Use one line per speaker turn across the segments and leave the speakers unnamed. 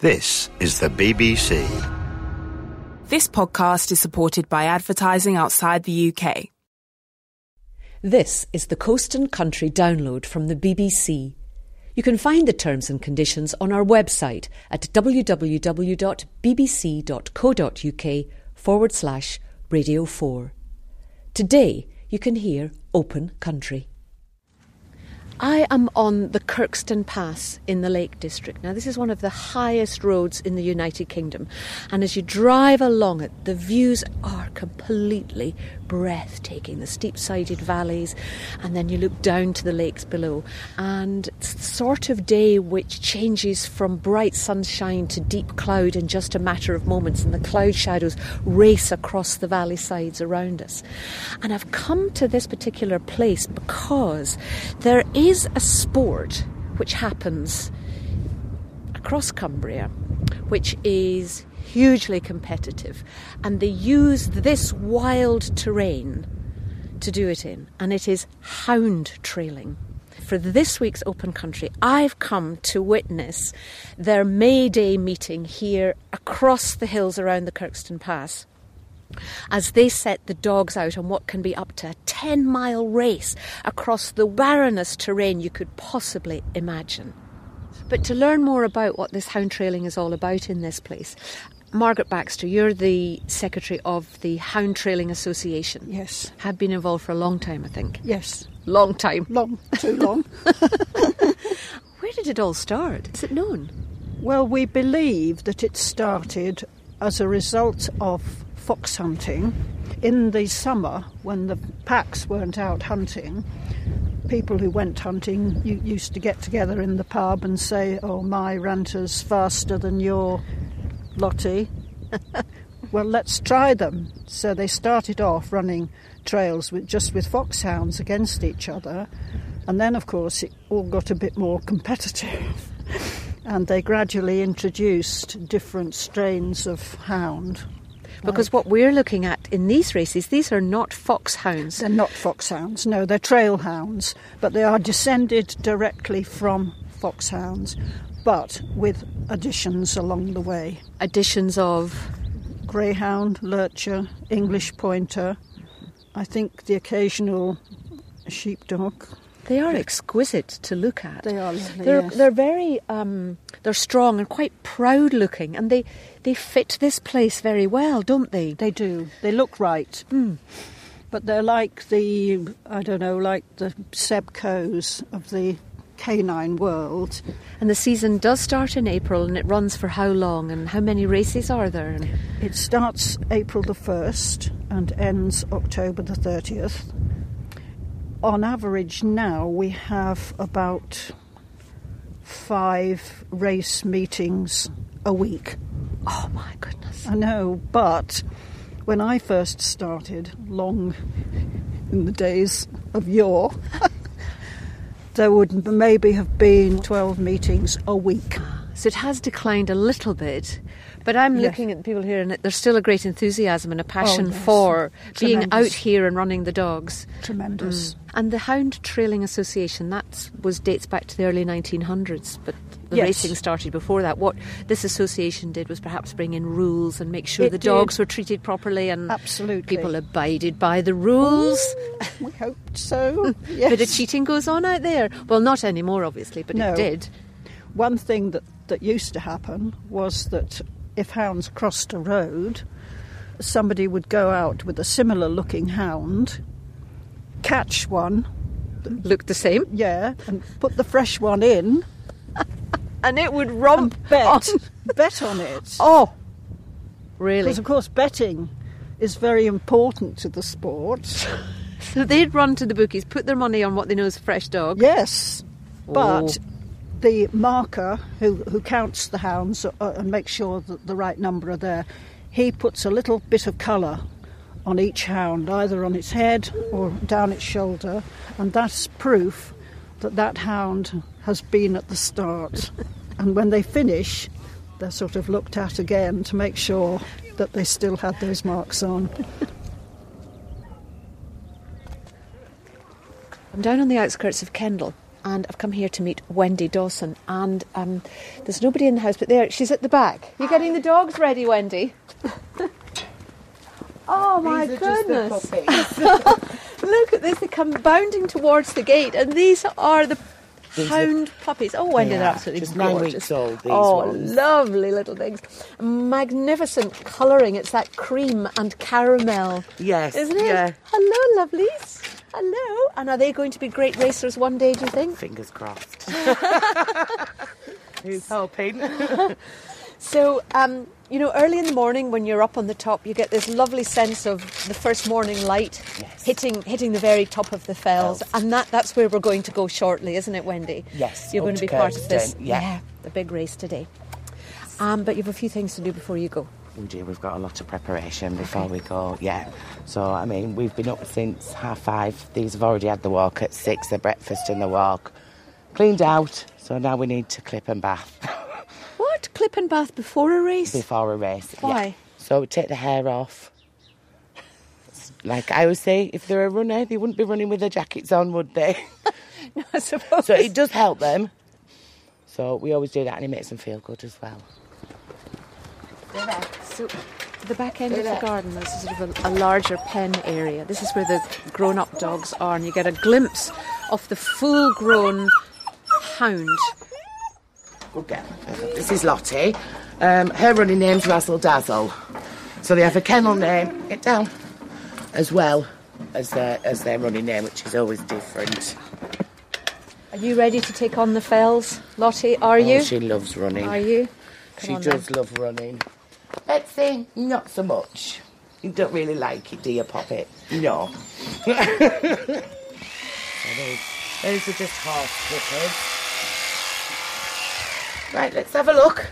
This is the BBC.
This podcast is supported by advertising outside the UK.
This is the Coast and Country download from the BBC. You can find the terms and conditions on our website at www.bbc.co.uk forward slash radio 4. Today you can hear Open Country. I am on the Kirkston Pass in the Lake District. Now, this is one of the highest roads in the United Kingdom, and as you drive along it, the views are completely breathtaking. The steep sided valleys, and then you look down to the lakes below. And it's the sort of day which changes from bright sunshine to deep cloud in just a matter of moments, and the cloud shadows race across the valley sides around us. And I've come to this particular place because there is is a sport which happens across Cumbria, which is hugely competitive, and they use this wild terrain to do it in, and it is hound trailing. For this week's Open Country, I've come to witness their May Day meeting here across the hills around the Kirkston Pass as they set the dogs out on what can be up to a 10 mile race across the barrenest terrain you could possibly imagine. But to learn more about what this hound trailing is all about in this place, Margaret Baxter, you're the secretary of the Hound Trailing Association.
Yes.
Have been involved for a long time, I think.
Yes.
Long time.
Long, too long.
Where did it all start? Is it known?
Well, we believe that it started as a result of fox hunting. In the summer, when the packs weren't out hunting, people who went hunting you, used to get together in the pub and say, Oh, my ranter's faster than your Lottie. well, let's try them. So they started off running trails with, just with foxhounds against each other. And then, of course, it all got a bit more competitive. and they gradually introduced different strains of hound.
Because what we're looking at in these races, these are not foxhounds.
They're not foxhounds, no, they're trail hounds, but they are descended directly from foxhounds, but with additions along the way.
Additions of
Greyhound, lurcher, English pointer, I think the occasional sheepdog.
They are exquisite to look at.
They are lovely.
They're,
yes.
they're very um, they're strong and quite proud looking, and they they fit this place very well, don't they?
They do. They look right. Hmm. But they're like the, I don't know, like the Sebcos of the canine world.
And the season does start in April, and it runs for how long? And how many races are there? And
It starts April the 1st and ends October the 30th. On average, now we have about five race meetings a week.
oh my goodness!
I know, but when I first started, long in the days of yore, there would maybe have been 12 meetings a week.
So it has declined a little bit, but I'm
Yes. Oh,
looking at the people here, and there's still a great enthusiasm and a passion
yes.
for being out
Tremendous.
here and running the dogs.
Tremendous.
And the Hound Trailing Association that was dates back to the early 1900s, but the
Yes.
racing started before that. What this association did was perhaps bring in rules and make sure
It
the
did.
dogs were treated properly and
Absolutely.
people abided by the rules.
we hoped so.
A
Yes.
Bit of cheating goes on out there. Well, not anymore, obviously, but
No.
it did.
One thing that, that used to happen was that if hounds crossed a road, somebody would go out with a similar looking hound, catch one,
Looked the same,
yeah, and put the fresh one in.
and it would romp.
bet
on-
bet on it
Oh, really?
because of course betting is very important to the sport
So they'd run to the bookies, put their money on what they know is a fresh dog.
yes but
Oh.
the marker who, who counts the hounds uh, and makes sure that the right number are there he puts a little bit of colour on each hound either on its head or down its shoulder and that's proof that that hound has been at the start and when they finish they're sort of looked at again to make sure that they still had those marks on
I'm down on the outskirts of Kendal, and I've come here to meet Wendy Dawson. And um, there's nobody in the house, but there she's at the back. You're getting the dogs ready, Wendy. oh my
These are
goodness!
just the puppies.
Look at this, they come bounding towards the gate, and these are the hound puppies. Oh, Wendy,
They
they're
are.
absolutely
Just nine
gorgeous.
weeks old, these
oh,
ones.
lovely little things. Magnificent colouring. It's that cream and caramel.
Yes,
Isn't it?
yeah.
Hello, lovelies. Hello. And are they going to be great racers one day, do you think?
Fingers crossed. Who's helping?
So, um, you know, early in the morning when you're up on the top, you get this lovely sense of the first morning light
Yes.
hitting hitting the very top of the fells,
Fells.
and that that's where we're going to go shortly, isn't it, Wendy?
Yes,
you're
up
going to
to
be part of this.
Kirkstone, yeah.
the big race today. Um, but you've a few things to do before you go.
We do. We've got a lot of preparation before we go. Yeah. So I mean, we've been up since half five. These have already had the walk at six, the breakfast and the walk, cleaned out. So now we need to clip and bath
What clip and bath before a race?
before a race. Yeah.
Why?
So we take the hair off. Like I always say, if they're a runner, they wouldn't be running with their jackets on, would they?
No, I suppose.
so it does help them. So we always do that, and it makes them feel good as well.
So, the back end of the garden is sort of a, a larger pen area. This is where the grown up dogs are, and you get a glimpse of the full grown hound.
Good girl. This is Lottie. Um, her running name's Razzle Dazzle. So they have a kennel name, get down, as well as their, as their running name, which is always different.
Are you ready to take on the fells, Lottie? Are you?
Oh, she loves running.
Are you? Come
She
on
does love running. Betsy, not so much. You don't really like it, do you, Poppet? No. So those, those are just half slippers. Right, let's have a look.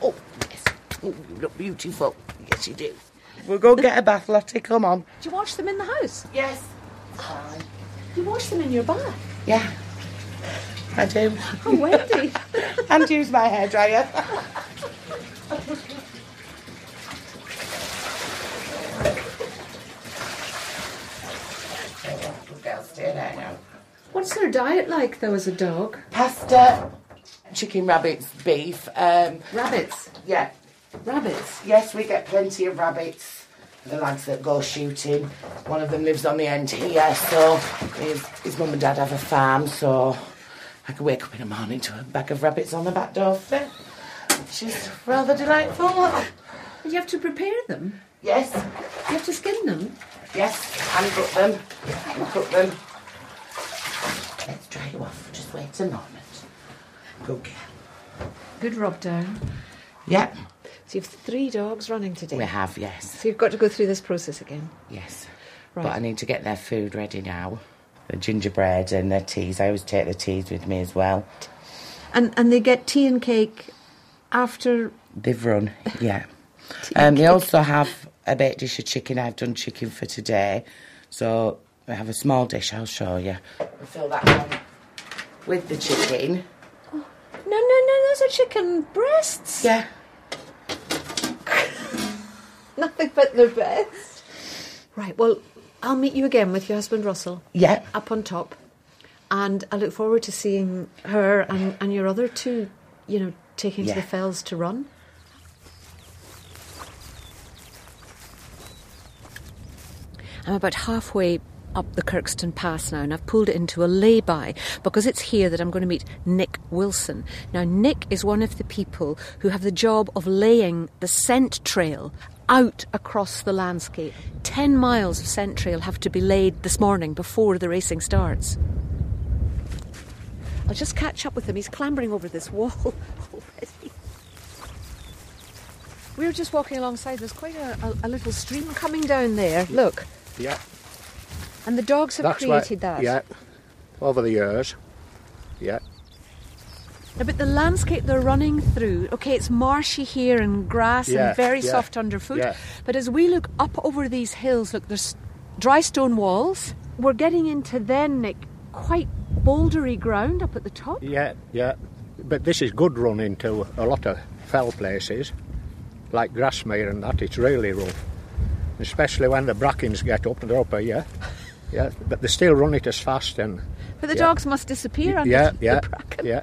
Oh, yes. Oh, you look beautiful. Yes, you do. We'll go get a bath, Lottie. Come on.
Then. Do you wash them in the house?
Yes.
You wash them in your bath.
Yeah. I do.
Oh, Wendy.
and use my hairdryer. Good girl, stay there now.
What's their diet like, though, as a dog?
Pasta, chicken rabbits, beef. Um,
Rabbits.
yeah,
Rabbits.
yes, we get plenty of rabbits. The lads that go shooting, one of them lives on the end here, so his, his mum and dad have a farm, so I can wake up in the morning to a bag of rabbits on the back doorstep. Which is rather delightful.
You have to prepare them.
Yes,
You have to skin them.
yes, and cook them, and cook them. Let's dry you off. Just wait a moment. Good girl.
Good rub down.
Yep.
So you've three dogs running today.
We have, yes,
So you've got to go through this process again.
yes.
Right.
But I need to get their food ready now. The gingerbread and their teas. I always take the teas with me as well.
And and they get tea and cake after
They've run, yeah. um, they also have a baked dish of chicken. I've done chicken for today. So I have a small dish, I'll show you. Fill that one with the chicken.
No no no those are chicken breasts.
Yeah.
Nothing but the best. Right, well I'll meet you again with your husband Russell
Yeah.
up on top. And I look forward to seeing her and, and your other two, you know, taking to
Yeah.
the fells to run. I'm about halfway up the Kirkston Pass now, and I've pulled into a lay-by because it's here that I'm going to meet Nick Wilson. Now, Nick is one of the people who have the job of laying the scent trail out across the landscape. Ten miles of scent trail have to be laid this morning before the racing starts. I'll just catch up with him. He's clambering over this wall already. We were just walking alongside. There's quite a, a, a little stream coming down there. Look.
Yeah,
And the dogs have
that's right.
created that.
Yeah, over the years. Yeah,
No, but the landscape they're running through, okay, it's marshy here and grass
Yeah,
and very
yeah,
soft underfoot.
yeah.
But as we look up over these hills, look, there's dry stone walls. We're getting into then, Nick, quite bouldery ground up at the top.
yeah, yeah. But this is good run into a lot of fell places, like Grassmere and that. It's really rough, especially when the brackens get up and they're up here. Yeah, but they still run it as fast and
But the
yeah.
dogs must disappear under
yeah,
the
yeah,
bracken.
yeah. Uh,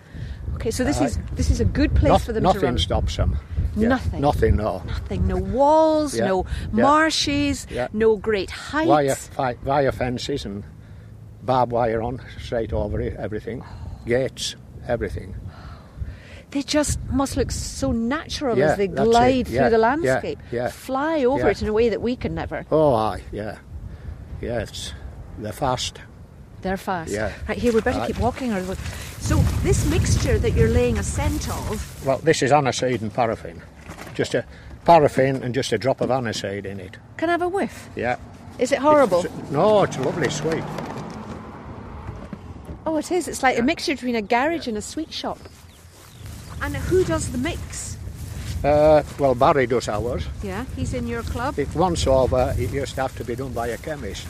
Okay, so this is this is a good place
Noth-
for them
nothing
to run.
stops them.
Nothing.
Nothing, no.
Nothing. No walls.
Yeah,
No
yeah,
marshes.
yeah.
No great heights.
Wire, fi- wire fences and barbed wire on straight over it, everything. Gates, everything.
They just must look so natural
Yeah,
as they
that's it.
glide
Yeah,
through the
yeah,
landscape.
yeah,
Fly over
yeah.
it in a way that we can never.
Oh, aye, yeah. Yes, they're fast.
They're fast.
Yeah.
Right here, we better
Right.
keep walking. Or we'll... So this mixture that you're laying a scent of.
Well, this is aniseed and paraffin. Just a paraffin and just a drop of aniseed in it.
Can I have a whiff?
Yeah.
Is it horrible?
It's- no, it's lovely, sweet.
Oh, it is. It's like a mixture between a garage and a sweet shop. And who does the mix?
Uh, well, Barry does ours.
Yeah, he's in your club.
It once over, it used to have to be done by a chemist.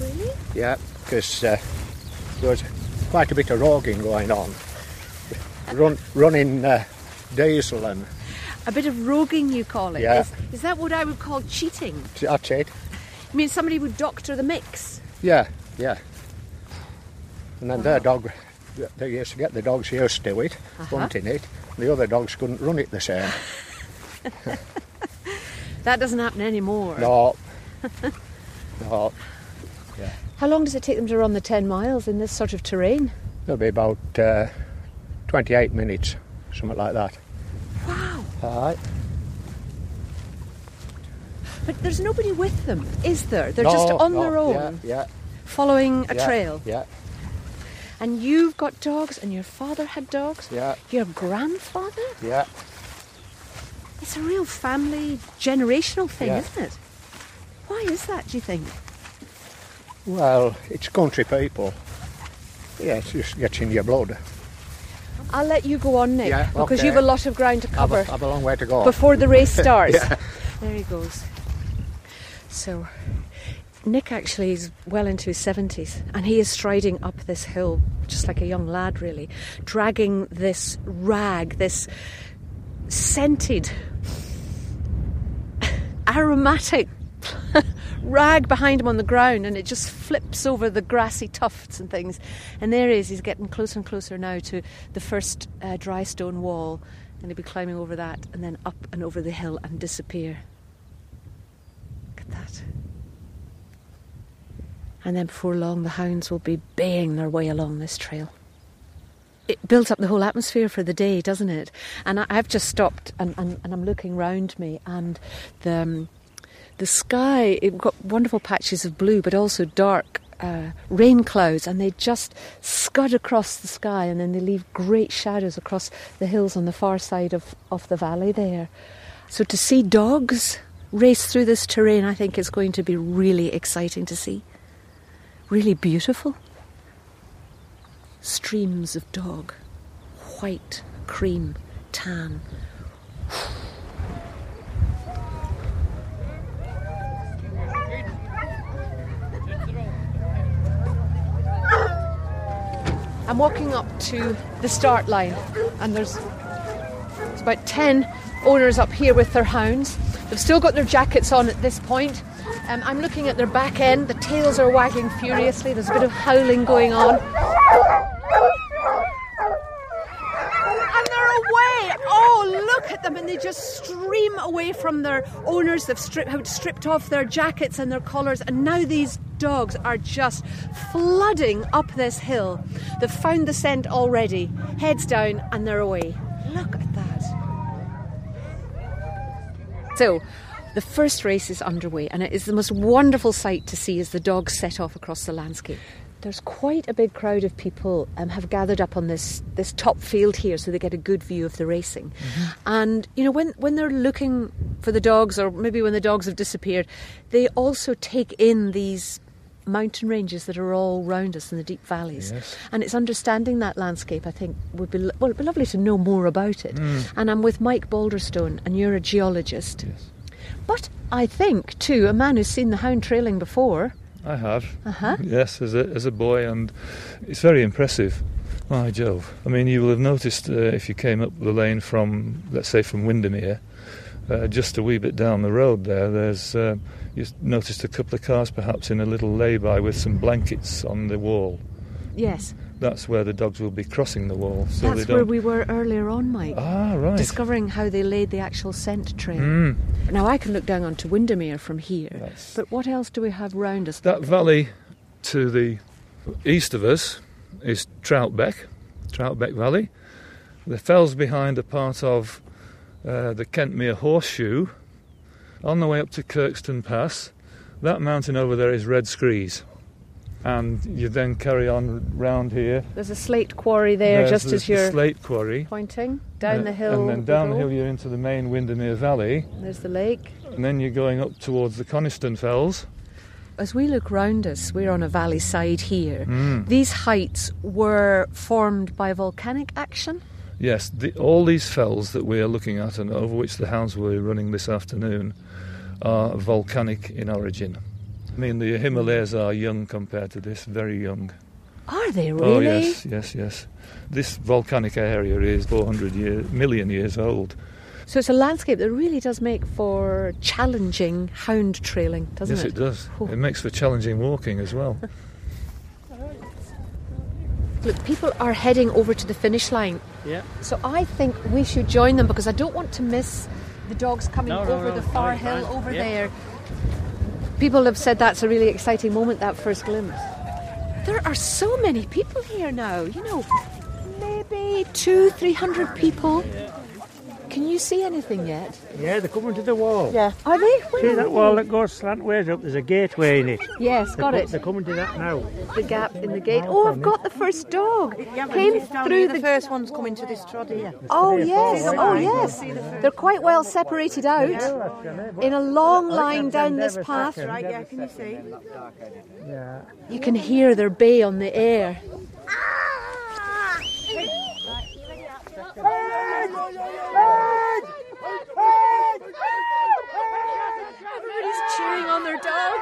Really?
Yeah, because uh, there was quite a bit of roguing going on. Run, running uh, diesel and
A bit of roguing, you call it.
Yeah.
Is- is that what I would call cheating?
that's it.
I mean, somebody would doctor the mix.
Yeah, yeah. And then their dog, they used to get the dogs used to it,
Uh-huh.
hunting it. The other dogs couldn't run it the same.
That doesn't happen anymore.
No. no.
How long does it take them to run the 10 miles in this sort of terrain?
It'll be about uh, 28 minutes, something like that.
Wow.
All right.
But there's nobody with them, is there? They're just on their own,
Yeah,
following a
yeah.
trail.
Yeah,
And you've got dogs, and your father had dogs.
Yeah.
Your grandfather?
yeah.
It's a real family generational thing,
Yeah.
isn't it? Why is that, do you think?
Well, it's country people. Yeah, it's just gets in your blood.
I'll let you go on, Nick,
Yeah,
because
okay.
you've a lot of ground to
I've
cover
a, I've a long way to go.
before the race starts. There he goes. So, Nick actually is well into his 70s, and he is striding up this hill just like a young lad, really, dragging this rag, this scented, aromatic rag behind him on the ground, and it just flips over the grassy tufts and things. And there he is, he's getting closer and closer now to the first uh, dry stone wall, and he'll be climbing over that and then up and over the hill and disappear. Look at that. And then before long, the hounds will be baying their way along this trail. It builds up the whole atmosphere for the day, doesn't it? And I, I've just stopped and, and, and I'm looking round me, and the, um, the sky, it got wonderful patches of blue, but also dark uh, rain clouds, and they just scud across the sky and then they leave great shadows across the hills on the far side of, of the valley there. So to see dogs race through this terrain, I think is going to be really exciting to see. Really beautiful. Streams of dog, white, cream, tan. I'm walking up to the start line, and there's it's about 10 owners up here with their hounds. They've still got their jackets on at this point. Um, I'm looking at their back end, the tails are wagging furiously, there's a bit of howling going on. And they're away! Oh, look at them! And they just stream away from their owners. They've stripped, have stripped off their jackets and their collars, and now these dogs are just flooding up this hill. They've found the scent already, heads down, and they're away. Look at that. So, the first race is underway, and it is the most wonderful sight to see as the dogs set off across the landscape. There's quite a big crowd of people um, have gathered up on this this top field here, so they get a good view of the racing. And you know, when when they're looking for the dogs, or maybe when the dogs have disappeared, they also take in these mountain ranges that are all round us in the deep valleys. And it's understanding that landscape, I think, would be, lo- well, it'd be lovely to know more about it. And I'm with Mike Balderstone, and you're a geologist. But I think, too, a man who's seen the hound trailing before.
I have.
Uh-huh.
Yes, as a, as a boy, and it's very impressive. My Jove. I mean, you will have noticed uh, if you came up the lane from, let's say, from Windermere, uh, just a wee bit down the road there, there's uh, you s- noticed a couple of cars perhaps in a little lay-by with some blankets on the wall.
Yes.
That's where the dogs will be crossing the wall. So
That's
they
where
don't.
we were earlier on, Mike.
Ah, right.
Discovering how they laid the actual scent trail.
Mm.
Now I can look down onto Windermere from here,
That's-
but what else do we have round us?
That valley to the east of us is Troutbeck, Troutbeck Valley. The fells behind are part of uh, the Kentmere Horseshoe. On the way up to Kirkston Pass, that mountain over there is Red Screes. And you then carry on round here.
There's a slate quarry there,
There's
just
the-
as you're
the slate quarry.
pointing down
Uh,
the hill.
And then
we
down the
go.
hill, you're into the main Windermere Valley.
There's the lake.
And then you're going up towards the Coniston Fells.
As we look round us, we're on a valley side here.
Hmm.
Mm.
These heights were formed by volcanic action.
Yes, the, all these fells that we are looking at and over which the hounds will be running this afternoon are volcanic in origin. I mean, the Himalayas are young compared to this, very young.
Are they really?
Oh, yes, yes, yes. This volcanic area is 400 year, million years old.
So it's a landscape that really does make for challenging hound trailing, doesn't
yes,
it?
it, does.
Oh.
It makes for challenging walking as well.
Look, people are heading over to the finish line.
Yeah.
So I think we should join them because I don't want to miss the dogs coming
No, no,
over
no,
the
no,
far
you're
hill
fine.
over
Yeah.
there. People have said that's a really exciting moment, that first glimpse. There are so many people here now, you know, maybe two, three hundred people. Can you see anything yet?
Yeah, they're coming to the wall.
Yeah. Are they? Where
See
are
that
they?
wall that goes slantways up? There's a gateway in it.
Yes, got
They're co-
it.
They're coming to that now.
the gap in the gate. Oh, I've got the first dog. Came through the
first one's coming to this trot here.
Oh yes, oh yes. They're quite well separated out in a long line down this path.
Right, yeah, can you see?
You can hear their bay on the air.
Ah!
Everybody's cheering on their dog.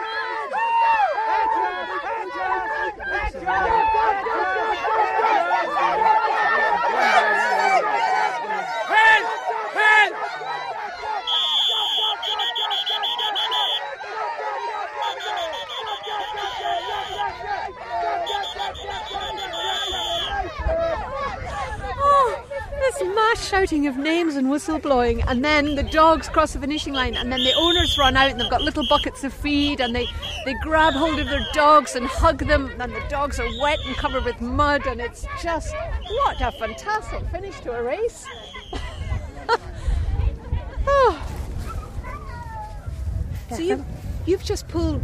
Oh, this mass shouting of names and whistleblowing, and then the dogs cross the finishing line, and then the owners run out and they've got little buckets of feed, and they, they grab hold of their dogs and hug them, and the dogs are wet and covered with mud, and it's just what a fantastic finish to a race. oh. So you you've just pulled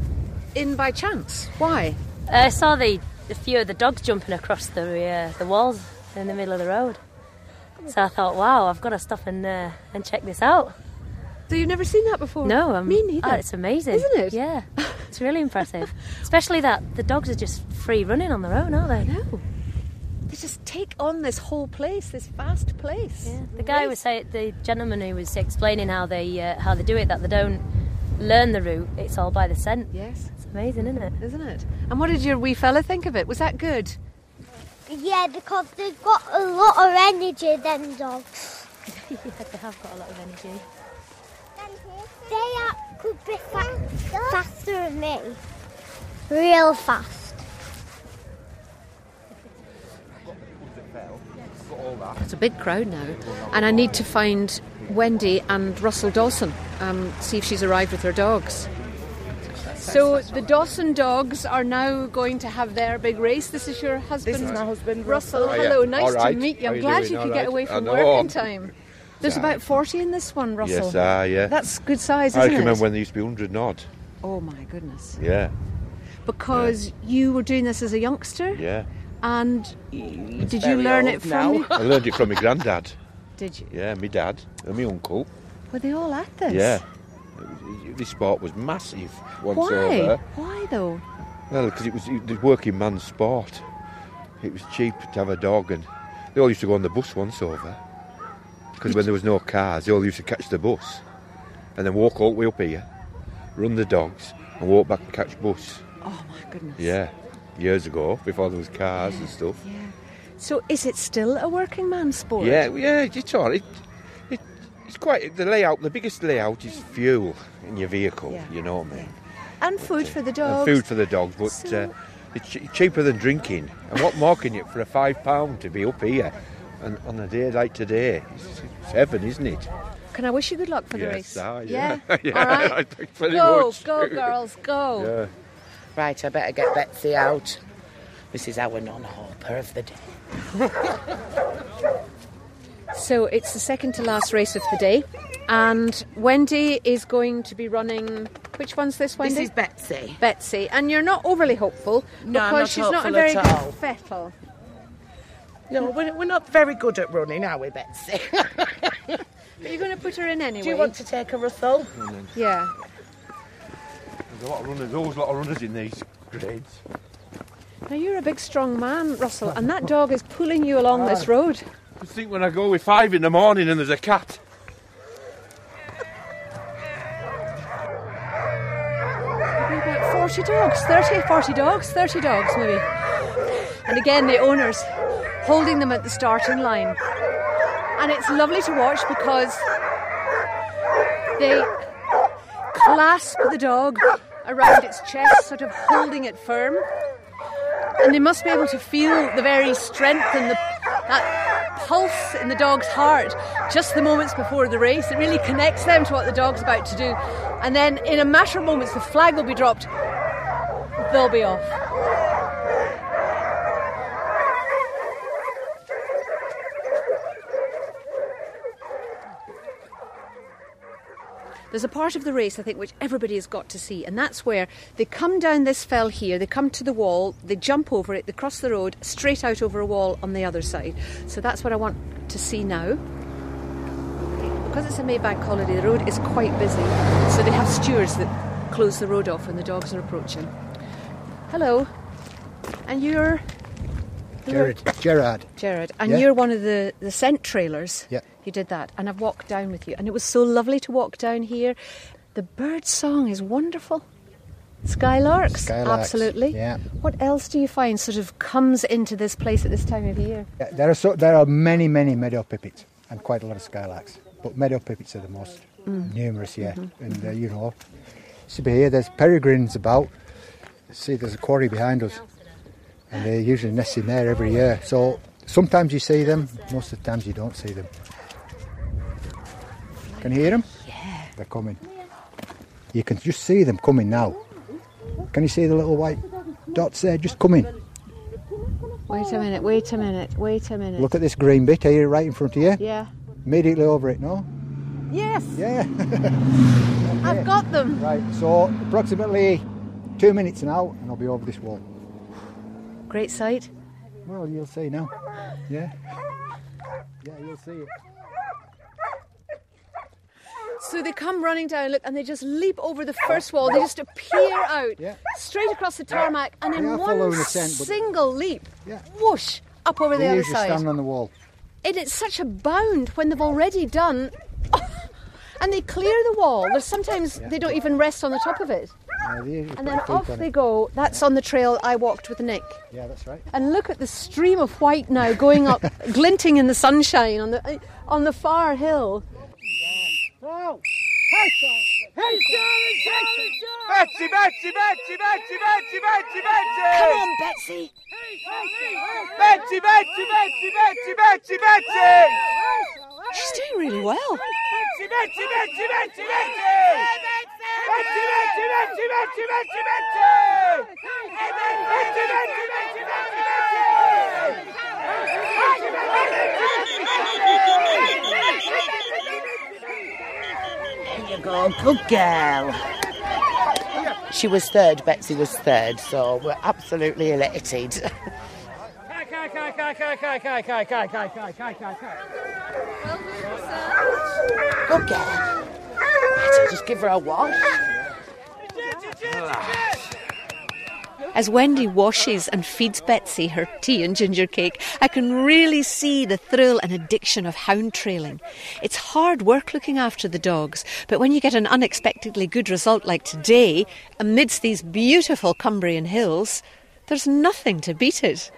in by chance. Why?
I saw the a few of the dogs jumping across the uh, the walls in the middle of the road. So I thought, wow, I've got to stop and uh, and check this out.
So you've never seen that before?
No, I'm,
me neither.
Oh, it's amazing,
Isn't it?
Yeah, it's really impressive. Especially that the dogs are just free running on their own, aren't they?
No. They just take on this whole place, this vast place.
Yeah. The guy was saying, the gentleman who was explaining how they uh, how they do it, that they don't learn the route; it's all by the scent.
Yes,
It's amazing, isn't it?
isn't it? And what did your wee fella think of it? Was that good?
Yeah, because they've got a lot of energy, them dogs.
yeah, they have got a lot of energy.
They are, could be fa- faster than me. Real fast.
It's a big crowd now, and I need to find Wendy and Russell Dawson, um, see if she's arrived with her dogs. So the Dawson dogs are now going to have their big race. This is your husband,
This is my husband,
Russell.
Russell.
Hello,
Hiya.
nice
Oh, All right.
to meet you.
How
I'm
you
glad
doing?
you
All
could
right.
get away from
I
work
know.
in time. There's about 40 in this one, Russell.
Yes, ah, yeah.
That's good size,
I
isn't
can
it?
remember when they used to be 100 odd.
Oh my goodness.
Yeah,
Because you were doing this as a youngster
yeah.
and y- did you
very
learn
old
it from
now.
your-
I learned it from my granddad.
Did you?
Yeah, my dad and my uncle.
Were they all at this?
Yeah. This sport was massive once
Why?
over.
Why though?
Well, because it was the working man's sport. It was cheap to have a dog, and they all used to go on the bus once over. Because when there was no cars, they all used to catch the bus, and then walk all the way up here, run the dogs, and walk back and catch bus.
Oh my goodness.
Yeah, years ago, before there was cars and stuff.
Yeah. So is it still a working man's sport?
Yeah, yeah, it's all right. It, it, it's quite the layout. The biggest layout is fuel in your vehicle.
Yeah.
You know what I mean? uh,
And food for the
And
dogs.
food for the dogs, but
So-
uh, It's ch- cheaper than drinking. And what more can you for a five pound to be up here? And on a day like today, it's, it's heaven, isn't it?
Can I wish you good luck for the
Yes,
race?
ah, yeah. Yeah,
All right.
thanks very
go,
much.
go, girls, go.
Right, I better get Betsy out. This is our non-hopper of the day.
So it's the second to last race of the day, and Wendy is going to be running. Which one's this, Wendy?
This is Betsy.
Betsy, and you're not overly hopeful
No, I'm
because
not
she's not a
hopeful
very
at all.
good fettle.
No, we're, we're not very good at running, are we, Betsy?
But you're going to put her in anyway.
Do you want to take a Russell?
Yeah.
There's a lot of runners, always a lot of runners in these grades.
Now you're a big, strong man, Russell, and that dog is pulling you along this road.
Just think when I go with five in the morning and there's a cat.
Maybe about 40 dogs, 30, 40 dogs, 30 dogs maybe. And again, the owners holding them at the starting line. And it's lovely to watch because they clasp the dog around its chest, sort of holding it firm. And they must be able to feel the very strength and the, that pulse in the dog's heart just the moments before the race. It really connects them to what the dog's about to do. And then in a matter of moments, the flag will be dropped. They'll be off. There's a part of the race, I think, which everybody has got to see, and that's where they come down this fell here, they come to the wall, they jump over it, they cross the road, straight out over a wall on the other side. So that's what I want to see now. Because it's a Maybank holiday, the road is quite busy, so they have stewards that close the road off when the dogs are approaching. Hello, and you're
Gerard. Gerard.
Gerard, and
Yeah.
you're one of the, the scent trailers.
Yeah.
You did that, and I've walked down with you, and it was so lovely to walk down here. The bird song is wonderful. Skylarks,
Skylarks,
absolutely.
yeah.
What else do you find sort of comes into this place at this time of year?
Yeah, There are so there are many many meadow pipits and quite a lot of skylarks, but meadow pipits are the most
Mm.
numerous. Yeah,
Mhm.
and uh, you know, see but here there's peregrines about. See, there's a quarry behind us, and they usually nest in there every year. So sometimes you see them, most of the times you don't see them. Can you hear them? Yeah. They're coming. You can just see them coming now. Can you see the little white dots there just coming?
Wait a minute, wait a minute, wait a minute.
Look at this green bit here, right in front of you.
Yeah.
Immediately over it, no?
Yes.
Yeah.
I've got them.
Right, so approximately two minutes now, and I'll be over this wall.
Great sight.
Well, you'll see now. Yeah. Yeah, you'll see it.
So they come running down, look, and they just leap over the first wall. They just appear out, straight across the tarmac, and in
They are
one
following the scent, but-
single leap, whoosh, up over the
they
other
usually
side.
stand on the wall.
And it's such a bound when they've already done. and they clear the wall. There's sometimes they don't even rest on the top of it.
Yeah, they usually
And then
put their feet
off
on
they
it.
go. That's on the trail I walked with Nick.
Yeah, that's right.
And look at the stream of white now going up, glinting in the sunshine on the, on the far hill.
Oh! Hey, Charlie! Hey,
Betsy, Betsy, Betsy, Betsy, Betsy, Betsy, Betsy!
Come on, Betsy!
Betsy, Betsy, Betsy, Betsy, Betsy, Betsy!
She's doing really well.
Betsy, Betsy, Betsy, Betsy, Betsy! Betsy, Betsy, Betsy, Betsy, Betsy, Betsy! Betsy, Betsy, Betsy, Betsy, Betsy!
There you go, good girl. She was third, Betsy was third, so we're absolutely elated. Good girl. Betsy, just give her a wash.
As Wendy washes and feeds Betsy her tea and ginger cake, I can really see the thrill and addiction of hound trailing. It's hard work looking after the dogs, but when you get an unexpectedly good result like today, amidst these beautiful Cumbrian hills, there's nothing to beat it.